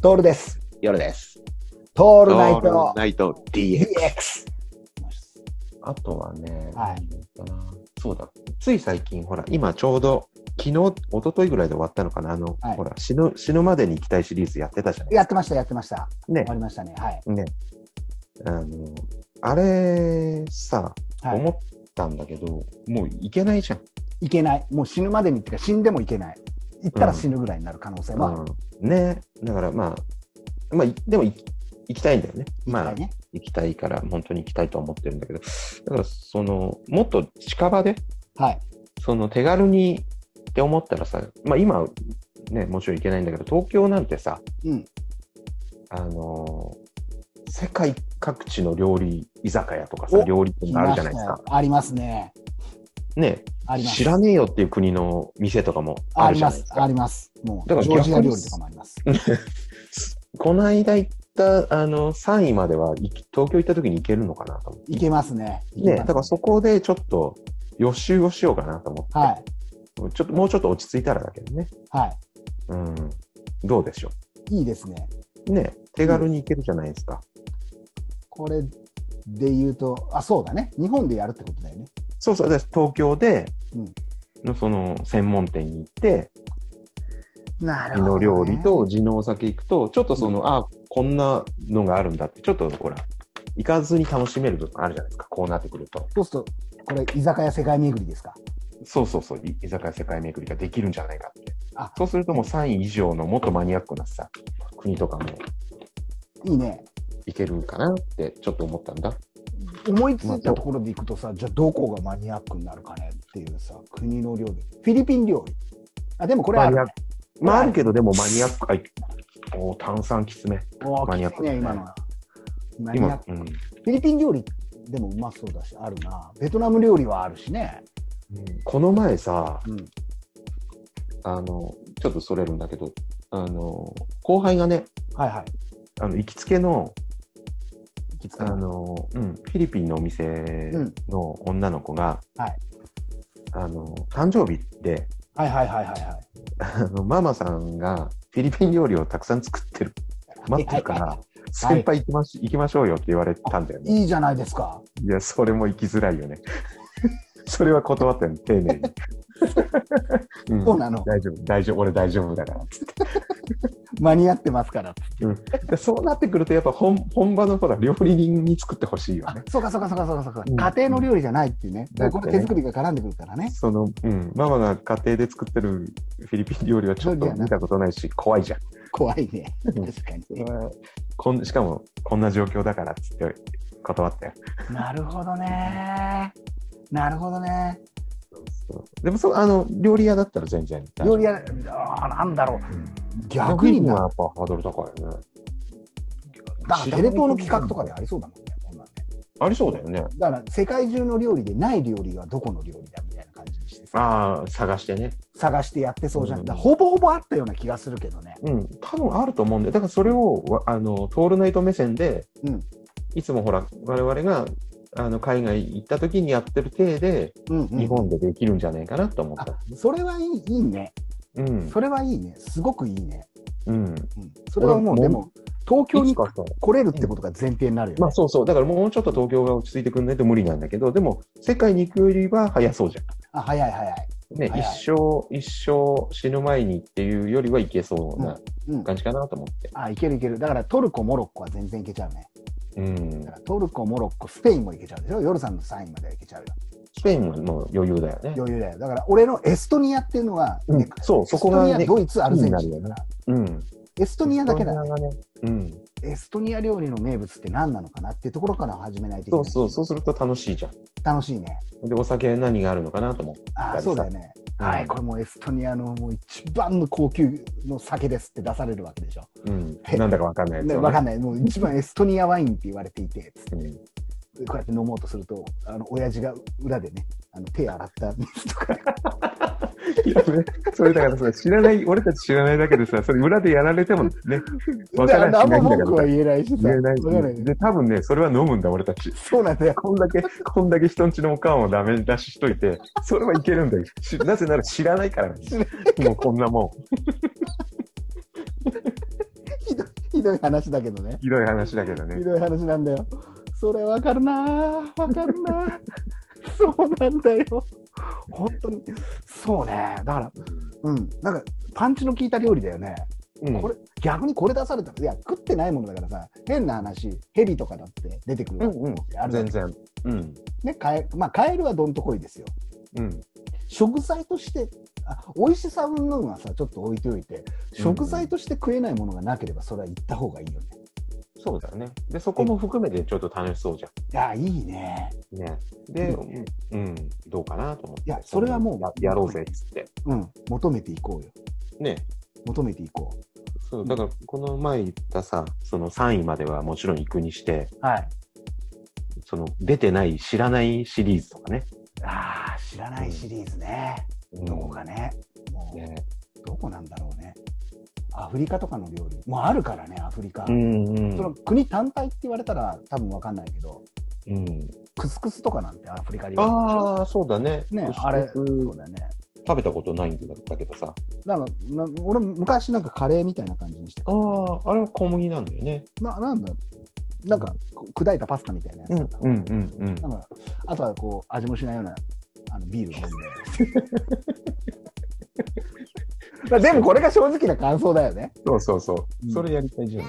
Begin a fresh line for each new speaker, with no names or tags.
トールです。
夜です。
ト
オ
ールナイト
ナイト DX。
DX。
あとはね、
はい。
なんだなそうだ。つい最近、ほら、今ちょうど、昨日、一昨日ぐらいで終わったのかな、あの、
はい
ほら死ぬ、死ぬまでに行きたいシリーズやってたじゃない
やってました、やってました。
ね
終わりましたね。はい。
あの、あれ、さ、
はい
思ったんだけど、もう行けないじゃん。
いけない。もう死ぬまでにっていうか、死んでもいけない。行ったら死ぬぐらいになる可能性は、
うん、ね。だからまあ、まあ、いでもい行きたいんだよね。ま
は
あ
い、ね。
行きたいから、本当に行きたいとは思ってるんだけど、だから、その、もっと近場で、
はい。
その手軽にって思ったらさ、まあ、今、ね、もちろん行けないんだけど、東京なんてさ、
うん。
あのー世界各地の料理居酒屋とかさ
お
料理店があるじゃないですか
来まし。たよありますね。
ね、
あります。
知らねえよっていう国の店とかもあ
あ
る
り
じゃ
ま
ないですす。
あ
か。
ります。もう、
だから
ジョージア
逆に
料理とかもあります。
この間行ったあの3位までは行き東京行った時に行けるのかなと思って。
いけますね。
ね、だから
そ
そこでちょっと予習をしようかなと思って、
はい。
ちょっともうちょっと落ち着いたらだけどね。
は
うん、どうでしょ
い。いいですね。
う。ね、手軽に行けるじゃないですか。
これで言うと、あ、そうだね。日本でやるってことだよね。
そうそう、で東京で、
うん
のその専門店に行って、
な
地の料理と地のお酒行くと、ちょっとその、あこんなのがあるんだって、ちょっとほら、行かずに楽しめる部分あるじゃないですか、こうなってくると。
そうすると、これ、居酒屋世界巡りですか。
そうそうそう、い居酒屋世界巡りができるんじゃないかって。
あ
そうするともう3位以上のもっとマニアックなさ、国とかも
いいね。
行けるかなって、ちょっと思ったんだ。
思いついたところでいくとさ、じゃあどこがマニアックになるかねっていうさ、国の料理。フィリピン料理。あ、でもこれは
マニアック。まあ、あるけど、でもマニアック、はい、おー炭酸きつめ。
おー
マニアック
きついね、
ですね
今のは。マニアッ
今
ク、。
うん
フィリピン料理でもうまそうだし、あるな。ベトナム料理はあるしね。
この前さ、
うん。
あの、ちょっとそれるんだけど、あの、後輩がね、
はいはい。
あの、行きつけの、
きつ
あ
かった
の、うん、フィリピンのお店
うん。
の女の子が、
はい
あの、誕生日って、
はいはいはいはいはい。
あの、ママさんがフィリピン料理をたくさん作ってる、待ってるから、
はいはい
先輩行きまし、行きましょうよって言われたんだよね。
いいじゃないですか。
いや、それも行きづらいよね。 それは断ったよ、丁寧 に。うん
そうなの
大丈夫、大丈夫、俺大丈夫だから。
間に合ってますから。
でそうなってくると、やっぱ本本場のほら料理人に作ってほしいよ
あ
ね。
そうかそうかそうかそうかそうか、
うん
家庭の料理じゃないっていうね。
だってね
これ手作りが絡んでくるからね。
その、うん、ママが家庭で作ってるフィリピン料理はちょっと見たことないし、怖いじゃん。
怖いね。
うん
確かにね。
こんしかも、こんな状況だからっつって断ったよ。
なるほどね。なるほどね。
そうでもそう、あの、料理屋だったら全然。
料理屋、あーなんだろう。逆
逆
に
にはや
な
っ。ぱハードル高いよね。
だからテレ東の企画とかでありそうだもんね。こんなんね
ありそうだよね。
だから世界中の料理でない料理がどこの料理だみたいな感じにしてさ
ああ、探してね。
探してやってそうじゃん。
うん
だからほぼほぼあったような気がするけどね。
うん、多分あると思うんで、だからそれを、わあの、トールナイト目線で、
うん
いつもほら、我々が、あの、海外行った時にやってる体で、
うんうん
日本でできるんじゃないかなと思っ
あ
た。
それはいいいいね。
うん。
それはいいね。すごくいいね。
うん。
うん、それはもう、
俺
で
も
も、東京
い
に
つかさ
来れるってことが前提になるよね。
まあそうそう。だからもうちょっと東京が落ち着いてくんないと無理なんだけど、でも、世界に行くよりは早そうじゃ
あ、早い早い。
ん。ね、
早い
一生、一生死ぬ前にっていうよりはいけそうな
うん。
感じかなと思って。
あ、いけるいける。だからトルコ、モロッコは全然いけちゃうね。
うん
だ。からトルコ、モロッコ、スペインもいけちゃうでしょ。夜さんの3位まではいけちゃうよ。
スペインはもう余裕だよね。
余裕だよ。だから俺のエストニアっていうのは、
うん
ね
そうそこがね
エストニア、ドイツ、アルゼンチン
気に
だ
な
から。
うん。
エストニアだけだ
ス
ね。
ペインがね。うん。
エストニア料理の名物って何なのかなっていうところから始めないといけ
そ
な
う
い。
そう、そうすると楽しいじゃん。
楽しいね。
で、お酒何があるのかなと思って。
あー、そうだよね。
うん
はい、これもうエストニアのもう一番の高級の酒ですって出されるわけでしょ。
うん。なんだかわかんないやつ
ね、
をね
わかんない。もう一番エストニアワインって言われていて、つって
うん
こうやって飲もうとすると、あの、親父が裏でね、あの手洗った水とか、
いやねそれだからさ、知らない、俺たち知らないだけでさ、それ裏でやられてもね、わ
で
か
あ
ら
の
な
あんま
いしないんだ
文
け
句
ど
は
さ。
言えないしさ、
言えない
わからない
し。で、多分ね、それは飲むんだ、俺たち。
そうなんだよ。
こんだけ、こんだけ人んちのおかんをダメ出ししといて、それはいけるんだよ。しなぜなら知らないからなんですもうこんなもん。
ひどいどい話だけどね。
ひどい話だけど
ひ
ね。
どい話なんだよ。それわかるなぁわかるなぁ そうなんだよ。本当に。そうね。だから、うん。なんか、パンチの効いた料理だよね。
うん
これ、逆にこれ出されたら、いや、食ってないものだからさ、変な話、ヘビとかだって出てくるわけ
うんうん
あるわ
全
け
然。うん。
ね、カエまあ、カエルはどんとこいですよ。
うん。
食材として、あ美味しさ云々はさ、ちょっと置いておいて、食材として食えないものがなければ、それは行った方がいいよね。
そうだね。で、そこも含めてちょっと楽しそうじゃ
いや、いいね。
ん。ね。で、
う
うん、どうかなと思って。
いやそれはもう
ややろうぜっつって。
うん、求めていこうよ。
ね。
求めていこ
そう、だから、この前言ったさ、その3位まではもちろん行くにして、
う。はい。
その出てない、知らないシリーズとかね。
ああ、知らないシリーズね。どこかね。もう、
ね。
どこなんだろうね。アフリカとかの料理。もうあるからね、アフリカ。
うんう
その
ん。
国単体って言われたら多分わかんないけど、
うん、
クスクスとかなんてアフリカ料理。
ああ、そうだね。
ね
クスクス
あれそうだよね。
食べたことないんだったけどさ。
なんか、な俺昔なんかカレーみたいな感じにして
ああ、あれは小麦なんだよね。
な、なんだなんか砕いたパスタみたいなやつだった、
んうん。
なんかあとはこう味もしないようなあのビールを飲んで。まあでもこれが正直な感想だよね。
そうそうそうう。
ん
それやりたいじゃん。